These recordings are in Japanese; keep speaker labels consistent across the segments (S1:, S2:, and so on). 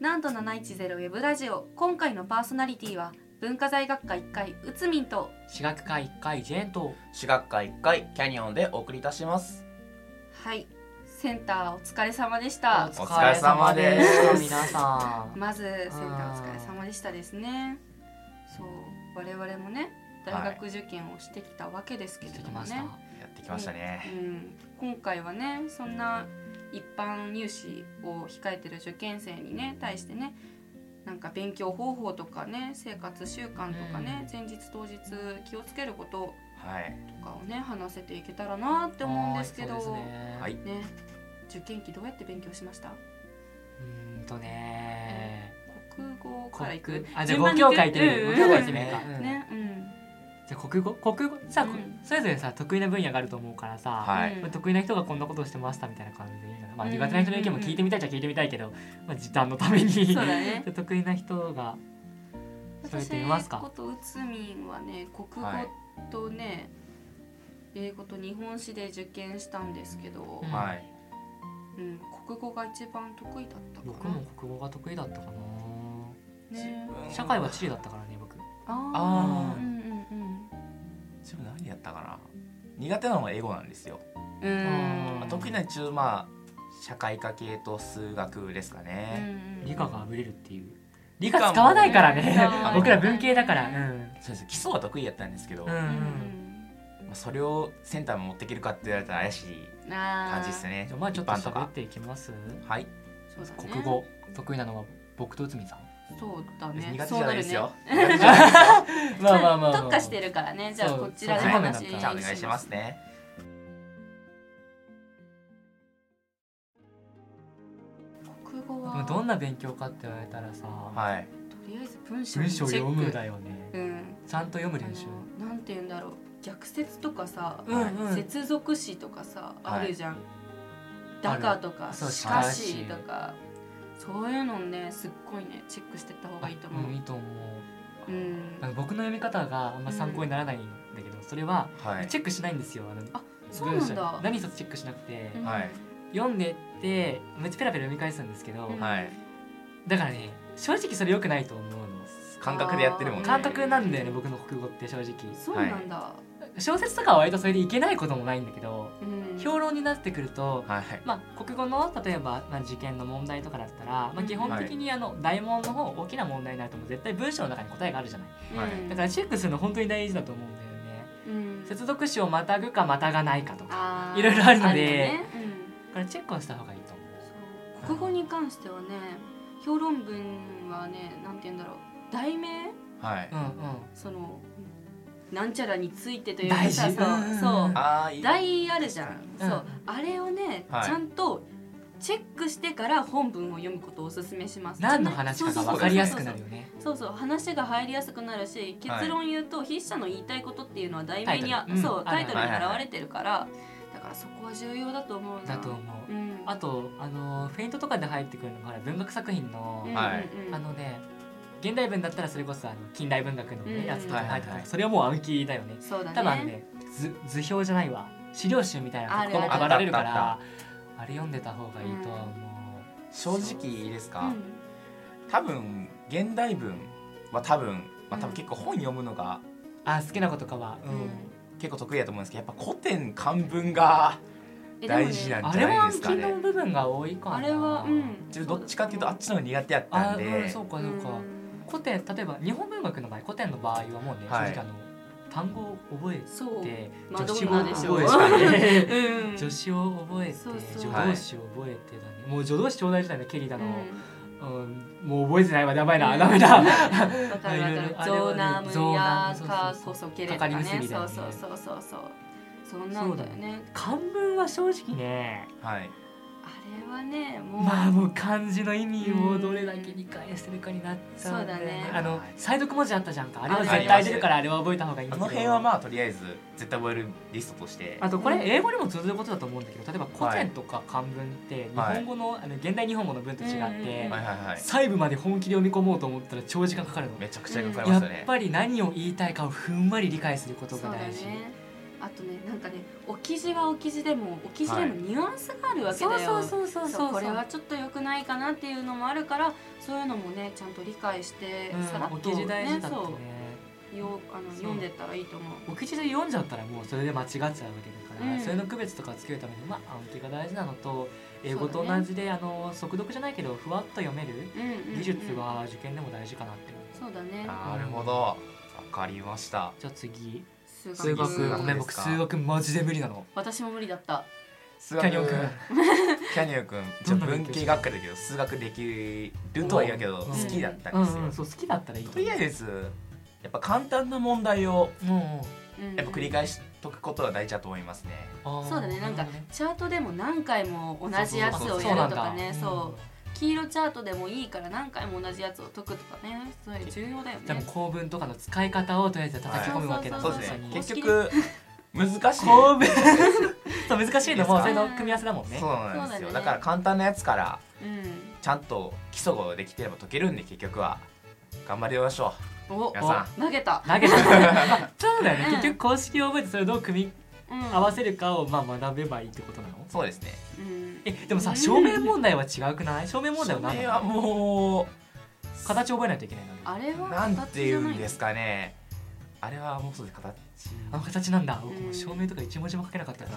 S1: なんと710ウェブラジオ今回のパーソナリティは文化財学科1回うつみんと
S2: 私学科1回ジェーンと
S3: 私学科1回キャニオンでお送りいたします
S1: はいセンターお疲れ様でし
S2: お
S1: た
S3: 疲れ様
S2: 疲
S3: で
S2: れ様
S3: す
S2: でした皆さん
S1: まずセンターお疲れ様でしたですねそう我々もね大学受験をしてきたわけですけれ
S2: して
S1: ど
S2: き
S1: も
S2: まし
S1: ね、
S2: た
S3: やってきました
S1: う
S3: ね、
S1: ん、今回はねそんな一般入試を控えてる受験生にね対してねなんか勉強方法とかね生活習慣とかね、前日当日気をつけること
S3: はい
S1: とかをね話せていけたらなって思うんですけど
S2: はいそうです
S1: ね
S2: ね
S3: はい
S1: 受験期どうやって勉強しました
S2: うーんとね
S1: 国語からいく
S2: 国あじゃあ
S1: 順番
S2: 5
S1: に行
S2: 教
S1: く
S2: 科いってみ
S1: うん
S2: る
S1: うん
S2: 5教科いってみるか
S3: うん
S1: ねうん
S2: じゃあ国語国語さあこ
S1: うん
S2: それぞれさ得意な分野があると思うからさ
S3: は
S1: う
S3: い
S1: ん
S2: まあ得意な人がこんなことをしてましたみたいな感じでいいのかなまあ
S1: うん
S2: 苦手な人の意見も聞いてみたいじゃ聞いてみたいけどまあ時短のために
S1: そうだね
S2: じゃあ 得意な人がそれって言いますか
S1: 私ことうつみんはね国語とね、英語と日本史で受験したんですけど、
S2: うん
S3: はい
S1: うん国語が一番得意だったかな
S2: 僕も国語が得意だったか
S1: ね
S2: な社会は地理だったからね僕
S1: あ
S3: あ
S1: ー
S3: ー
S1: うんうん
S3: 自分何やったかな苦手なのは英語なんですよ、
S1: うんうん
S2: あー
S3: 得意な一応まあ社会科系と数学ですか
S1: うん
S3: ね、
S1: うん
S2: 理科があぶれるっていう理
S3: 科も
S2: 科使わないから
S1: ね
S2: ね
S1: あ
S2: 僕ら文系だからう
S1: ね
S2: ん
S3: そうです基礎は得意やったんですけど、
S2: うん
S3: ま
S1: うん
S3: あそれをセンターに持っていけるかって言われたら怪しい
S1: うんあー
S3: 感じですね
S2: じゃあまあちょっと
S3: 一般と
S2: 喋
S3: か
S2: っていきます
S3: はい
S1: そうだね
S2: 国語得意なのは僕と内海さん
S1: そうだ
S3: 別に
S1: ね
S3: 苦手じ
S1: そう
S3: ゃ
S1: な
S3: ない
S1: る
S3: で
S1: ね
S3: すよ、
S1: まあ特化してるからねじゃあ
S2: そう
S1: こちらで
S2: そ う
S1: 話
S2: そう
S3: じゃあお願いしますね
S1: 国語
S2: で
S1: は
S2: もどんな勉強かって言われたらさ、
S3: はい
S1: とりあえず文章
S2: 文
S1: にチ
S2: 章
S1: ェック
S2: 読むだよね
S1: うん
S2: ちゃんと読む練習
S1: あのなんて言うんだろう逆説とかさ、
S3: うん
S2: うん
S1: 接続詞とかさ、
S3: はい
S1: あるじゃんだかとか
S2: そう
S1: しか
S2: し
S1: し
S2: かし
S1: とかそういうのねすっごいねチェックしてった方がいいと
S2: うん
S1: 思
S2: いういと思う
S1: うん
S2: なんか僕の読み方があんま参考にならないんだけど、それは
S3: はい
S2: チェックしないんですよあの
S1: あそうなん
S2: 文章
S1: だ
S2: 何一つチェックしなくて、
S1: うん
S3: はい
S2: 読んでってめっちゃペラペラ読み返すんですけど、
S1: うん
S3: はい
S2: だからね正直それ良くないと思うの
S3: 感覚でやってるもんね
S2: 感覚なんだよね
S1: うん
S2: 僕の国語って正直
S1: そうなんだ、
S2: 小説とかは割とそれでいけないこともないんだけど
S1: うん
S2: 評論になってくると
S3: はい
S2: まあ、国語の例えば、まあ、受験の問題とかだったら、まあ、基本的にあの、大問の方大きな問題になるともう絶対文章の中に答えがあるじゃない
S3: はい
S1: うん
S2: だからチェックするの本当に大事だと思うんだよね
S1: うん
S2: 接続詞をまたぐかまたがないかとか
S1: あー
S2: いろいろあるので
S1: ねうん
S2: だからチェックをした方がいいと思、
S1: そう国語に関してはね評論文はねなんて言うんだろう題名
S3: はいう
S2: うんうん
S1: そのなんちゃらについてというか
S2: 大事
S1: さそう,、
S2: うんうんうん
S1: そう
S3: ああいい
S1: 題あるじゃん、
S2: うん
S1: そうあれをね、
S3: はい
S1: ちゃんとチェックしてから本文を読むことをおすすめします
S2: 何の話かが分かりやすくなる
S1: よ
S2: よね
S1: そうそう話が入りやすくなるし
S3: はい
S1: 結論言うと、筆者の言いたいことっていうのは題名にあ
S2: タイトルうん
S1: そう
S2: ある
S1: タ
S2: あ
S1: イ
S2: る
S1: トルに表れてるから、だからそこは重要だと思うな
S2: だと思う
S1: うん、
S2: あとあのフェイントとかで入ってくるのがほら文学作品の
S1: うん、
S3: はい
S1: うんうん
S2: あのね現代文だったらそれこそあの近代文学の、
S1: うん
S2: ね、やつとかに入ってくる、
S3: はいはい
S2: それはもう暗記だよね
S1: そうだね
S2: 多分あのね図図表じゃないわ資料集みたいな
S1: あ
S2: と
S1: る
S2: こも
S1: あ
S2: 配
S1: る
S2: られるから
S3: あ
S2: あれ読んでた方がいいとは思
S3: 正直いいです
S1: う
S3: か、
S1: ん
S3: 多分現代文は多分、まあ、多
S1: うん
S3: 分結構本読むのが
S2: う、あ好きなことかは、うん
S3: 結構得意だと思うんですけどやっぱ古典漢文が
S1: えでもね
S3: 大事なん
S2: あ
S3: じ
S2: れ
S3: ゃ
S2: は
S3: ない
S2: 暗
S3: ですか
S2: 記
S3: ね
S2: の部分が多いかな
S1: あれはうん
S3: 自分どっちかっていうとあっちの方が苦手やった
S2: あ
S3: んで、
S2: うんそうかそうか、
S1: うん
S2: 古典例えば日本文学の場合古典の場合はもうね、
S3: はい
S2: 正直あの単語を覚え
S1: そう
S2: て
S1: マド
S2: 助
S1: ン
S2: 詞も
S1: ナでしょ
S2: 覚 えて
S1: うん
S2: 助詞を覚えて
S1: そうそう
S2: 助動詞を覚えてだね、もう助動詞ちょうだい時代のケリだの、
S1: うん
S2: うん、もう覚えてないわやばいなダメだ
S1: わかるわかる。
S2: いろいろ
S1: ゾーナムやかこそけれとか
S2: そうそうそうかかり
S1: ね。
S2: 結びだ
S1: そ
S2: よ
S1: う
S2: ね
S1: そうそうそうそう。そんなんだよね。
S2: 漢文は正直ね
S3: はい
S1: あれはね、もう。
S2: まあもう漢字の意味をどれだけ理解してるかになっちゃうん
S1: そうだね
S2: あの再読文字あったじゃんかあれは
S1: ある
S2: 絶対出るからあれは覚えた方がいいんだ
S3: あ
S2: け
S3: の
S2: ど
S3: 辺はまあとりあえず絶対覚えるリストとして
S2: あとこれ
S1: うん
S2: 英語にも通ずることだと思うんだけど例えば古典とか漢文って日本語の,、あの現代日本語の文と違って、
S1: うん
S3: はいはいはい
S2: 細部まで本気で読み込もうと思ったら長時間かかるの、
S3: めちゃくちゃかかりま
S2: や
S3: し
S2: った
S3: ね、
S2: ぱり何を言いたいかをふんわり理解すること
S1: そう
S2: が
S1: だ
S2: 大事、
S1: ね。ああとねなんかね置き字は置き字でも置き字でも
S3: はい
S1: ニュアンスがあるわけだよ、
S2: そうそうそうそう
S1: そ
S2: そうう
S1: これはちょっと良くないかなっていうのもあるからそういうのもねちゃんと理解して、さらっ
S2: うん、お
S1: と
S2: 記事大事だって
S1: そ
S2: ね
S1: うよあの
S2: そう
S1: 読んでったらいいと思う
S2: お口で読んじゃったらもうそれで間違っちゃうわけだから、
S1: うん
S2: それの区別とかをつけるためにまあ暗記が大事なのと英
S1: そ
S2: 語
S1: うだ
S2: と
S1: ね
S2: 同じで、あの速読じゃないけどふわっと読める
S1: うんうんうん
S2: 技術は受験でも大事かなって思
S1: そ
S2: う、
S1: うだね
S3: なるほどわかりました
S2: じゃあ次
S1: 数
S3: 数学
S2: 数学ごめん
S3: です
S2: 僕
S3: か
S2: 数学マジで無理なの
S1: 私も無理だった
S3: 数
S2: キャニオン君
S3: キャニオン君じゃあ文系学科だけど数学できるとは言うけど
S2: うん
S3: 好きだった
S2: うん
S3: ですよ、
S2: ん、うん、そう好きだったらいい
S3: とりあえずやっぱ簡単な問題を
S2: ずも
S1: うん
S3: やっぱ繰り返しとくことは大事だと思いますね、
S2: うん
S1: そうだねなんかチャートでも何回も同じやつ
S3: そ
S1: を
S3: う
S1: やるとかね
S2: そうなん
S1: そ
S2: だ
S1: う黄色チャートでもいいから何回も同じやつを解くとかねそれ重要だよ
S2: うんじゃあも
S1: ね
S2: う構文とかの使い方をとりあえず叩き込むわけだ、
S1: はい
S3: そうです
S1: そう
S3: ね
S1: そう
S3: 結局難しい
S2: 構文そう難しいのも
S3: いいですか
S2: それの組み合わせだもんね
S3: そうなんです
S1: そうだ
S3: よ
S1: ね
S3: だ,、から簡単なやつから
S1: うん
S3: ちゃんと基礎ができてれば解けるんで結局は頑張りましょ
S1: お
S3: 皆さ
S1: 投げた
S2: 投げたそうだよね
S1: うん
S2: 結局公式を覚えてそれをどう組み
S1: うん
S2: 合わせるかをまあ学べばいいってことなの
S3: うそうですね
S1: うん
S2: えで
S1: う
S2: もさ
S1: ん
S2: 証明問題は違うくない証明問題は何
S3: そ
S2: な
S3: れ
S2: の
S3: はも
S2: 形覚えないといけないの
S1: あれ
S3: う
S1: は
S3: なんていうんです
S1: か
S3: かねあれはもうそうです形
S2: あの形なんだ
S1: ん
S2: 僕もう証明とか一文字も書けなかったか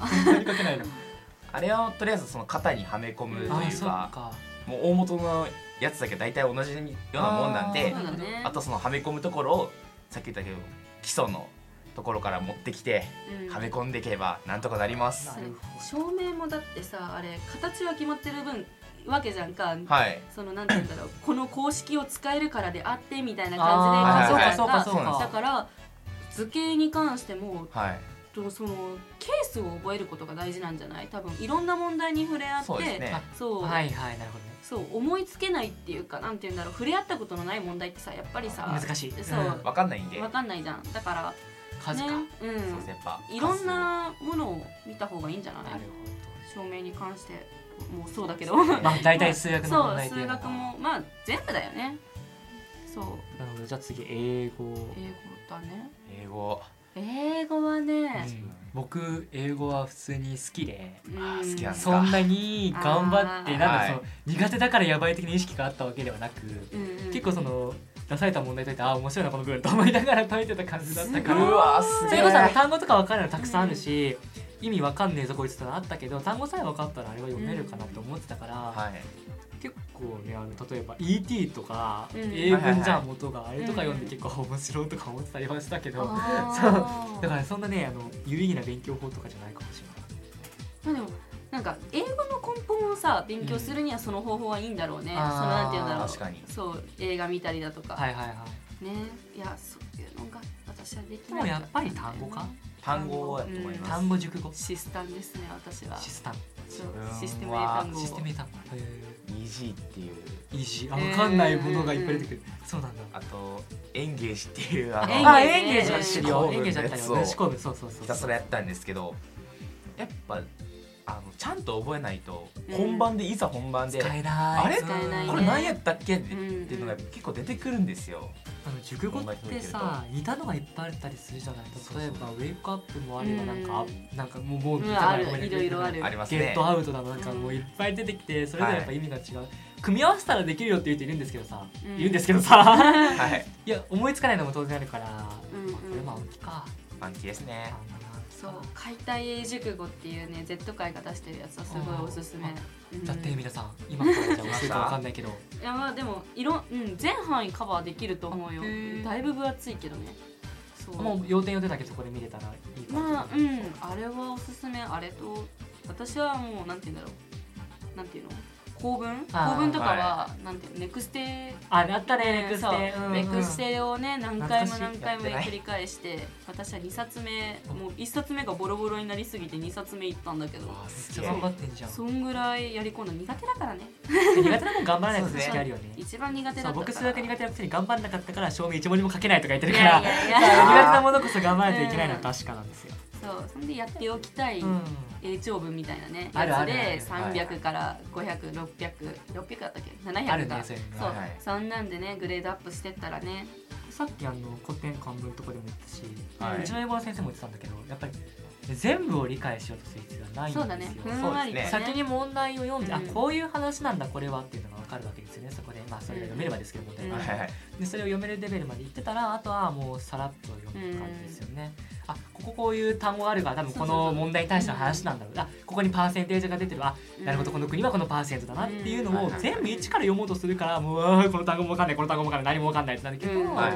S2: ら本当に書けないの
S3: あれはとりあえずその型にはめ込むという
S2: あ
S3: か
S2: そっか
S3: もう大元のやつだけ大体同じようなもんなんで
S1: そうだね
S3: あとそのはめ込むところをさっき言ったけど基礎のところから持ってきて
S1: うん
S3: はめ込んでいけばなんとかなります
S2: なるほ
S1: 照明もだってさあれ形は決まってる分わけじゃんか
S3: はい
S1: そのなんて言うんだろう この公式を使えるからであってみたいな
S2: ど
S1: 感じで考
S2: あ
S1: え
S2: ー
S1: た
S2: そうかそうかそう
S3: そう
S1: だ
S2: か
S1: から図形に関しても
S3: はい
S1: とそのケースを覚えることが大事なんじゃない多分いろんな問題に触れ合って
S3: そうですね
S1: そう
S2: はいはいなるほどね
S1: そう思いつけないっていうかなんて言うんだろう触れ合ったことのない問題ってさやっぱりさ
S2: 難しい
S1: そう
S2: うん
S3: わかんないんで
S1: わかんないじゃんだから
S2: 数か
S1: ね
S2: なる
S1: うん
S3: そうですねやっぱ
S1: いろんなものを見た方がいいんじゃない
S2: ほど
S1: 証明に関してもうそうだけど
S3: そうですね
S2: まあ大体数学の
S1: そ
S2: 問
S1: う
S2: 題って
S1: 数
S2: いうのが
S1: 学もまあ全部だよねそう
S2: なるほどじゃあ次英語
S1: 英語だね
S3: 数英語
S1: 英語はね
S2: うん僕英語は普通に好きで
S1: うん
S3: あー好きなんだ
S2: そんなに頑張って
S1: あー
S2: なんだそ
S3: は
S2: の苦手だからやばい的な意識があったわけではなく
S1: うんうん
S2: 結構その出された問題解いてああ面白いなこの部分と思いながら解いてた感じだった
S1: すご
S2: か
S1: い
S2: ら
S3: わす
S2: それこそあの単語とか分かるのたくさんあるし意味わかんねえぞこいつってのあったけど単語さえ分かったらあれは読めるかなって思ってたから
S3: はい
S2: 結構ねあの例えば ET とか
S1: うん
S2: 英文じゃん元があ
S1: い
S2: れとか読んで結構面白いとか思ってたりはしたけど
S1: あー
S2: だからそんなねあの有意義な勉強法とかじゃないかもしれない。
S1: まあでもなんか英語の根本をさ勉強するにはその方法はいいんだろうね、
S2: う
S1: そ
S2: ん
S1: のなんて言うんだろう
S3: 確かに
S1: そう映画見たりだとか、
S2: はいはいはい
S1: ねいやそういうのが私はできな
S2: で
S1: い
S2: も
S1: んだ
S2: や
S1: よ
S2: っ
S1: ね
S2: ぱり単語か
S3: 単語だと思い
S1: うん
S3: ます
S2: 単語熟語シ
S1: シスタンですね私は
S2: スタン
S1: そうシステム英
S3: は
S1: 単語
S2: システム英単語
S3: EG っていう
S2: イージーあ
S1: えー
S2: 分かんないものがいっぱい出てくるそうなんだ
S3: あとエンゲージっていうあ
S1: エン
S3: の
S1: ゲージ
S2: あエンゲージは知るよ
S3: 思
S2: エ
S3: 考
S2: ン
S3: 文
S2: ゲージだった
S3: や
S2: よ
S3: つを
S2: 思考文そうそうそう
S3: ひたすらやったんですけどやっぱあのちゃんと覚えないと本番でいざ本番で
S2: 使えない
S3: あれ
S1: 使えないね
S3: これ何やったっけって
S1: うんうん
S3: いうのが結構出てくるんですよ
S2: あの熟語ってさ似たのがいっぱいあったりするじゃない例えばウェイクアップもあればなんか
S1: う
S2: なんかもうもう
S1: うん
S2: 聞か
S1: あ
S2: ない
S1: る
S2: ごめんね
S1: いろいろある
S3: あります
S2: ゲ
S3: ね
S2: ットアウトだのなんかもういっぱい出てきてそれぞれやっぱ意味が違う組み合わせたらできるよって言う人いるんですけどさ
S1: うん
S2: いるんですけどさ
S3: はい
S2: いや思いつかないのも当然あるから
S1: うん
S2: これ
S1: うん
S2: まあ大きいか
S3: 暗記ですね
S1: そう解体英熟語っていうね Z 界が出してるやつはすごいおすすめ
S2: あ、
S1: うん
S2: だって皆さん今からじゃあ教えてわかんないけど
S1: いやまあでもいろん、うん、全範囲カバーできると思うよ
S2: へー
S1: だいぶ分厚いけどねそう
S2: もう要点要点だけそこで見れたらいいか
S1: ま
S2: な
S1: あうんあれはおすすめあれと私はもうなんて言うんだろうなんていうの構文
S2: あー
S1: 構文とかは、なんていうのネクステ
S2: ああったねネクス
S1: そう
S2: テ
S1: ネクステをね何回も何
S2: 懐
S1: 回も
S3: やってない
S1: 繰り返して私は2冊目もう1冊目がボロボロになりすぎて2冊目行ったんだけど
S3: あ
S2: めっ
S3: す
S2: ち
S3: げ
S2: ゃ
S3: え
S2: 頑張ってんじゃん
S1: そんぐらいやり込んだ苦手だからね
S2: 苦手なもん頑張らないと
S3: そう
S2: 時
S3: ね
S2: 期あるよね
S1: 一番苦手
S2: そ
S1: だった
S2: う
S1: から
S2: 僕数学苦手なくせに頑張んなかったから証明一文字も書けないとか言って
S1: い
S2: るか
S1: や
S2: ら
S1: いやい
S2: 苦
S1: や
S2: 手なものこそ頑張らないといけないのは確かなんですよ
S1: そうそんでやっておきたい
S2: うん
S1: 英長文みたいなね
S2: ある
S1: や
S2: あ
S1: つ
S2: るあ
S1: で
S2: る
S1: 300から500600だったっけ
S2: ある
S1: 700
S2: ね
S1: か
S2: そういうの
S1: そう
S3: はい
S1: そんなんでねグレードアップしてったらね
S2: さっきあの古典漢文とかでも言ったし、
S3: は
S2: うちの英語の先生も言ってたんだけどやっぱり全部を理解しようとする必要はないんです
S1: そ
S2: よ
S1: うだねふ
S2: そうん
S1: わりと
S3: そうで
S1: ね
S3: す
S2: 先に問題を読んで、
S1: うん
S2: あこういう話なんだこれはっていうのが分かるわけですよねそこでまあそれが読めればですけど問題が、
S1: うん
S3: はいはい
S2: でそれを読めるレベルまで行ってたらあとはもうさらっと読む感じですよね、あこここういう単語があるから多分こ
S1: そうそうそ
S2: の
S1: う
S2: 問題に対しての話なんだろうあここにパーセンテージが出てるあなるほどこの国はこのパーセントだなっていうの
S3: うん
S2: を
S3: はいはい
S2: 全部一から読もうとするからもうあーこの単語も分かんないこの単語も分かんない何も分かんないってなるけど、
S1: うんうん
S3: はいはい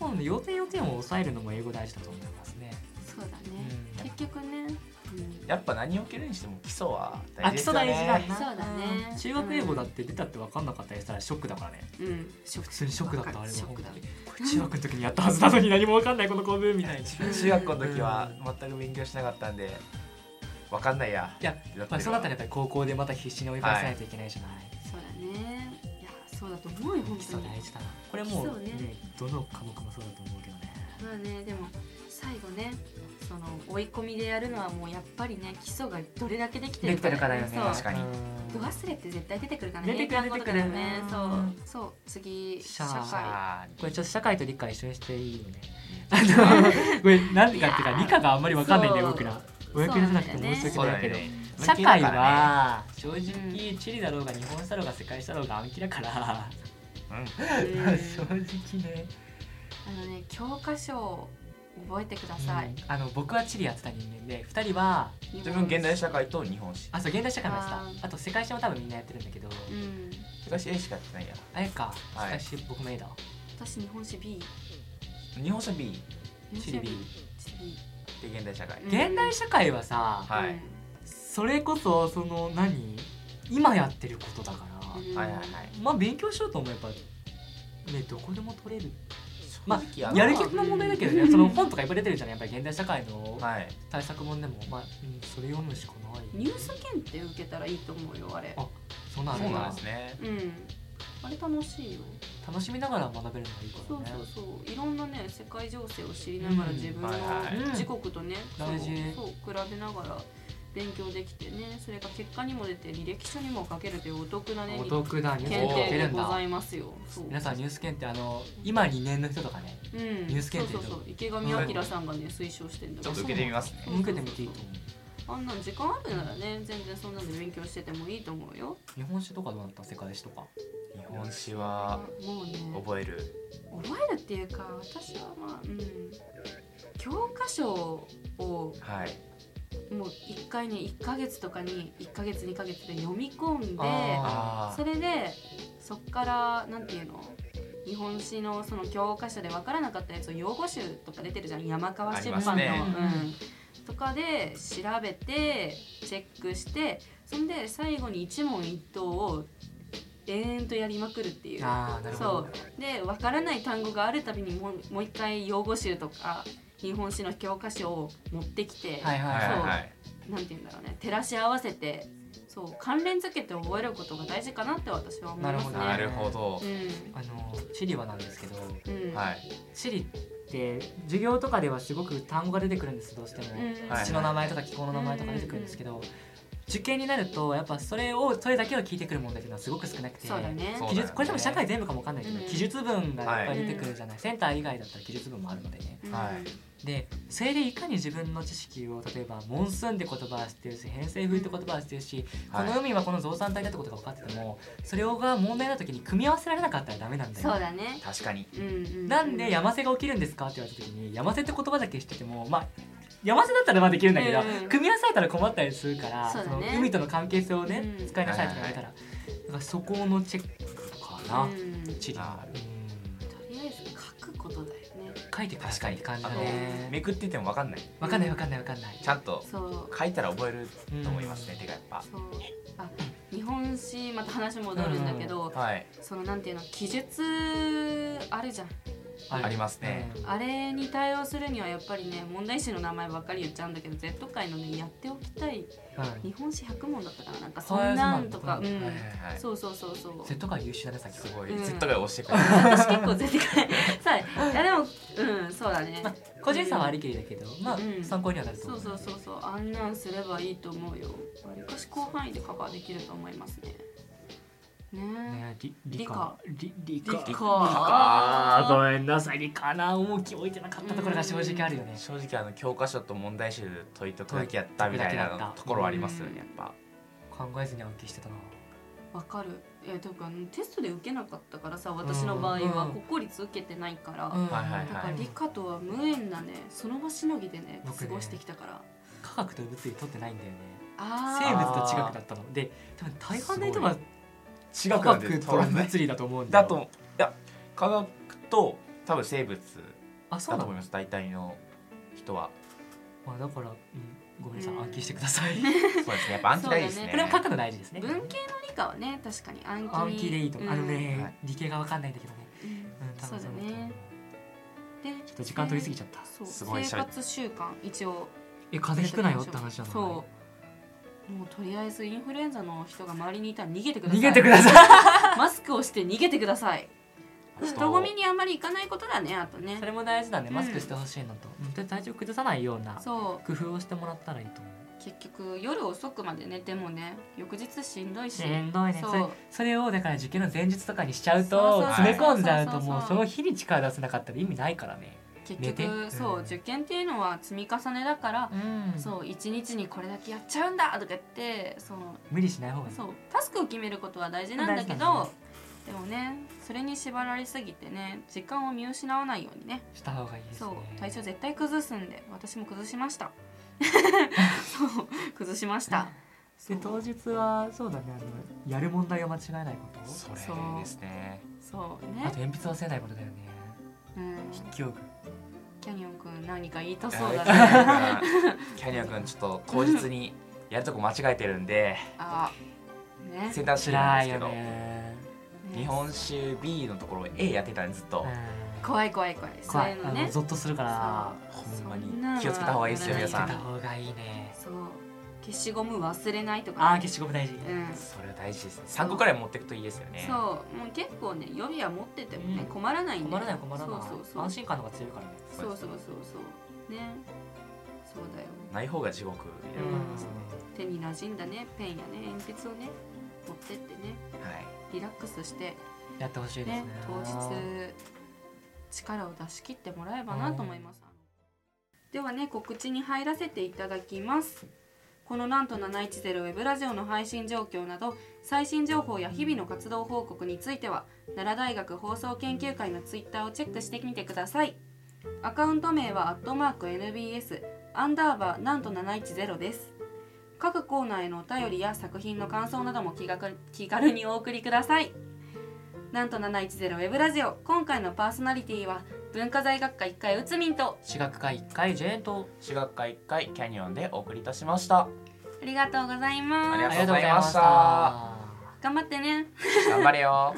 S1: うん
S2: もう要点要点を抑えるのも英語大事だと思いますね。
S1: そうだ
S2: う
S1: ね
S2: ん
S1: 結局ねうん
S3: やっぱ何を受けるにしても基礎は
S2: あ
S3: 大事
S2: 基
S3: です
S2: 礎
S3: よ
S2: 大
S3: ね
S2: 事だ
S1: そ
S2: な。
S1: うだね
S2: 中学英語だって出たって分かんなかったりしたらショックだからね。
S1: うんショ
S2: 普通にショックだったあれは
S1: ショックだ
S2: 本当にこれ中学の時にやったはずなのに何も分かんないこの構文みたいな。
S3: 中学校の時は全く勉強しなかったんでわかんないや
S2: いや
S3: ってなって
S2: まあ、
S3: る
S2: そうなったらやっぱり高校でまた必死に追い返さないといけないじゃない、
S1: そうだねいやそうだと思うよ本
S2: 基
S1: 当
S2: 礎
S1: に
S2: 大事だなこれも
S1: 基
S2: う、
S1: 礎
S2: ね
S1: ね
S2: どの科目もそうだと思うけどね
S1: まあねでも最後ねその追い込みでやるのはもうやっぱりね基礎がどれだけできて
S2: で
S1: る
S2: きてるかだよ
S1: そ
S2: ね
S1: う
S3: 確かに
S1: ド忘れって絶対出てくるからね
S2: 出てくる
S1: 英単語とかでもね
S2: 出てく
S1: そ
S2: る
S1: う
S2: うん
S1: そう次
S2: 社
S1: 社
S2: 会
S1: 会
S3: あ
S2: これちょっと社会と理科一緒にしていいよねあのこれ何でかっていうか理科があんまり分かんないんだよ
S1: そう
S2: 僕らお役に立てなくて申し
S3: ー
S1: そう
S2: 訳
S3: そう
S2: ない
S3: だ
S2: け
S3: よ
S2: ど、
S3: ね
S2: 社会
S3: だからね
S2: は正直地理だろうが日本史だろうが世界史だろうが暗記だから、
S3: うん
S1: うん
S2: 正直ね、
S1: あのね教科書を覚えてください、
S2: うんあの僕は地理やってた人間で2人は
S1: 自
S3: 自分現代社会と日本史
S2: あそう現代社会もやって
S1: あー
S2: たあと世界史も多分みんなやってるんだけど、
S1: うん
S3: 昔 A しかやってないや
S2: あれか、
S3: はい
S2: しかし僕も A だ。
S1: 私日本史 B
S3: 日本史 B
S2: 地理 B。
S1: 地理
S3: で現代社会
S1: うん
S2: 現代社会はさ、
S3: はい
S2: それこそその何今やってることだから、
S1: うん
S3: はいはいはい
S2: まあ勉強しようと思えばねどこでも取れる。ま
S3: 正直
S2: あ
S3: の
S2: やる気の問題だけど
S1: う
S2: ね、
S1: ん
S2: その本とかいっぱい出てるじゃない、やっぱり現代社会の
S3: はい
S2: 対策本でも、まあうんそれ読むしかない。
S1: ニュース検定受けたらいいと思うよあれ
S2: あそうなんだ
S3: そうなんですね
S1: うんあれ楽しいよ
S2: 楽しみながら学べるのがいいか
S1: そう
S2: らね。
S1: そうそういろんなね世界情勢を知りながら
S2: うん
S1: 自分の
S3: はいはい
S2: はい
S1: 自国とね、そう
S2: 大事
S1: そう比べながら勉強できてねそれが結果にも出て履歴書にも書けるというお得なね
S2: お得だニュース
S1: 検
S2: 検定
S1: 定
S2: 受け
S1: で
S2: るん
S1: ござ
S2: だ。
S1: いますよそう
S2: 皆さんニュース検定あの今2年の人とかね、
S1: うん、ニ
S2: ュース検定
S1: そうそうそう池上彰さんがね推奨してんだ
S3: ち
S1: か
S3: ょ
S1: ら
S3: っと受けてみますね
S1: うん
S2: 受けてみていいと思う。
S1: あんなん時間あるならね全然そんなんで勉強しててもいいと思うよ
S2: 日本史とかどうなった世界史とか
S3: 日本史は
S1: もうね
S3: 覚える
S1: 覚えるっていうか私はまあうん教科書を
S3: はい
S1: もう一回ね1ヶ月とかに1ヶ月2ヶ月で読み込んで
S2: あ
S3: あ
S1: それでそっからなんていうの日本史のその教科書で分からなかったやつを用語集とか出てるじゃん山川出版の、
S3: あり
S2: ますね
S1: うん、とかで調べてチェックしてそんで最後に一問一答を延々とやりまくるっていう。
S2: あーなるほど
S1: そうで分からない単語があるたびにもうもう一回用語集とか日本史の教科書を持ってきて、
S2: はいはい
S3: はい
S2: はい
S3: は
S1: そ
S3: いうはい
S1: なんて言うんだろうね照らし合わせてそう関連付けて覚えることが大事かなって私は思いますね。
S3: なるほ
S1: う
S3: ど
S2: あの地理はなんですけど
S1: んうん
S3: はい
S2: 地理って授業とかではすごく単語が出てくるんですどうしても
S1: うんうん
S3: はい
S2: 土の名前とか気候の名前とか出てくるんですけど受験になるとやっぱそれをそれだけを聞いてくる問題っていうのはすごく少なくて
S1: そうだね
S3: そう
S2: 記述これ多分社会全部かもわかんないけど
S1: うん
S2: 記述文がいっぱい出てくるじゃないセンター以外だったら記述文もあるのでね
S1: うん
S3: はい
S2: でそれでいかに自分の知識を例えばモンスーンって言葉は知ってるし偏西風って言葉は知ってるし、
S3: はい
S2: この海はこの増産帯だってことが分かっててもそれが問題な時に組み合わせられなかったらダメなんだ
S1: そう
S2: よ。
S1: だね。
S3: 確かに
S1: うんうん、
S2: なんで山瀬が起きるんですかって言われた時に山瀬って言葉だけ知っててもまあ山瀬だったらまあできるんだけど、
S1: うん
S2: 組み合わされたら困ったりするから
S1: そうだね
S2: の海との関係性をね、
S1: うん
S2: 使いなさいとか言われたら,、だからそこのチェックかな、
S1: うんと
S2: 地理は
S3: あ
S2: うん
S1: りあえず書くことだよね。
S2: 書いてくださいって感じだ
S3: あのめ
S2: ね
S3: くっててもわかんない
S2: 分かんない分かんない分かんない
S3: ちゃんと
S1: そう
S3: 書いたら覚えると思いますねてかやっぱ
S1: そうあ日本史また話戻るんだけど、
S3: はい
S1: そのなんていうの記述あるじゃん
S3: ありますね
S2: うん
S1: あれに対応するにはやっぱりね問題集の名前ばっかり言っちゃうんだけど Z 界のねやっておきたい
S2: はい
S1: 日本史100問だったかななんかそんなんとか
S2: あ
S1: う
S2: ー
S1: ん、
S3: はいはいはい
S1: そうそうそうそう
S2: セットが優秀だねさっき
S3: すごい
S1: うん
S3: Z が押してくる
S1: 私結構 Z 界さあいやでもうんそうだね
S2: まあ個人差はありきりだけどまあ
S1: うん
S2: 参考にはなると
S1: そ
S2: 思う
S1: うそうそうそうあんなんすればいいと思うよわりかし広範囲でカバーできると思いますねね
S2: ね理
S1: 理科
S2: 理理
S1: え
S2: 科
S1: 理科
S2: あーごめんなさい理科な重き置いてなかったところが正直あるよね
S3: 正直あの教科書と問題集解いとくだけやったみた
S2: 解
S3: い
S2: いとくだけだ
S3: な
S2: った
S3: ところはありますよ
S1: うん
S3: ねやっぱ
S2: 考えずに暗記してたな
S1: わかるえというかテストで受けなかったからさ私の場合
S2: う
S1: は
S2: ん
S1: 国公立受けてないから、
S2: うん
S3: はいはいはい
S1: だから理科とは無縁なねその場しのぎでね
S2: 僕
S1: 過
S2: ね
S1: ごしてきたから、
S2: 科学と物理取ってないんだよね
S1: あ
S2: 生
S1: ー
S2: 物と地学だったので多分大半の人は
S3: 違
S2: 科
S3: くなんて
S2: 学と
S3: 取らない
S2: 物理だと思うん
S3: だ
S2: よ
S3: といや科学と多分生物
S2: あそう
S3: だ
S2: なの
S3: と思います大体の人は
S2: まあだから、うん、ごめんなさい
S1: うん
S2: 暗記してくだ さい
S3: そうですねやっぱ暗記大事ですね
S2: これも書くの大事ですね
S1: 文系の理科はね確かに暗記に
S2: 暗記でいいと思う、あのね、
S3: はい
S2: 理系がわかんないんだけどね、
S1: うん
S2: うん、多分
S1: そうだ
S2: と思
S1: ねで
S2: ちょっと時間取りすぎちゃった、
S1: そう
S3: すごい
S1: 生活習慣一応
S2: え風邪ひくなよって話なの
S1: そうもうとりあえずインフルエンザの人が周りにいたら逃げてください
S2: 逃げてください
S1: マスクをして逃げてください
S3: そう
S1: 人混みにあんまり行かないことだねあとね
S2: それも大事だね
S1: うん
S2: マスクしてほしいのと、うんで体調崩さないような
S1: そう
S2: 工夫をしてもらったらいいと思う
S1: 結局夜遅くまで寝てもね翌日しんどいし
S2: しんどいね
S1: そう
S2: それそれをだから受験の前日とかにしちゃう
S1: そうそう
S2: と
S1: そう
S2: 詰め込んじゃうと
S1: そうそう
S2: もう
S1: そう
S2: その日に力出せなかったら意味ないからね
S1: 結
S2: 寝てう
S1: 局
S2: ん
S1: そう受験っていうのは積み重ねだから
S2: うん
S1: そう一日にこれだけやっちゃうんだとか言ってそう
S2: 無理しない方がいい
S1: そうタスクを決めることは大事なんだけ
S2: 大事なんだ
S1: どでもねそれに縛られすぎてね時間を見失わないようにね
S2: した方がいいですね
S1: そう体調絶対崩すんで私も崩しま したそう崩しました
S2: で
S1: そ
S2: 当
S1: う
S2: 日はそうだねあのやる問題を間違えないこと
S3: そ
S1: れ
S3: れですね
S1: そう
S2: あ
S1: ね
S2: と、鉛筆忘れないことだよね
S1: うん、
S2: 筆記用具
S1: キャニオンくん何か言いた
S3: キ
S1: そうだね
S3: ャニオン君ちょっと当日にやるとこ間違えてるんで
S1: あね
S3: センター試験な
S2: 辛
S3: んで
S2: いよ
S3: すけど
S2: ね
S1: ね
S3: 日本酒 B のところ A やってたねずっと
S2: うん
S1: 怖い怖い怖い
S2: 怖
S1: そう
S2: い
S1: いう
S2: あ
S1: の
S2: の
S1: ね
S2: ゾッとするから
S3: ほんま
S1: そんなのは
S3: に気をつけた方がいいですよ皆さ
S2: 気をつけた
S3: ん
S2: 方がいいね
S1: そう消しゴム忘れないとか、
S2: あー消しゴム大事
S1: うん
S3: それは大事ですね3個くらい持ってくといいですよね
S1: そうもう結構ね予備は持っててもね、
S2: うん
S1: 困らないんで
S2: 困らない困らない
S1: そうそうそう
S2: 安心感の方が強いからね
S1: そうそうそうそうねそうだよ
S3: ない方が地獄
S1: う
S3: や
S1: ん
S3: ばい
S1: 手に馴染んだねペンやね鉛筆をね持ってってね
S3: はい
S1: リラックスして
S2: やってほしいですね
S1: ね当日力を出し切ってもらえばなと思いますではね告知に入らせていただきますこのなんと710ウェブラジオの配信状況など最新情報や日々の活動報告については奈良大学放送研究会のツイッターをチェックしてみてくださいアカウント名はアットマーク NBS アンダーバーなんと710です各コーナーへのお便りや作品の感想なども気がか気軽にお送りくださいなんと710ウェブラジオ今回のパーソナリティは文化財学科1階うつみんと
S2: 私学会1回ジェーンと
S3: 私学科1回キャニオンでお送りいたしました
S1: ありがとうございま
S3: あり
S1: す
S3: がとうございました
S2: ありがとうござい
S1: 頑
S2: ました
S1: 張ってね
S3: 頑張れよ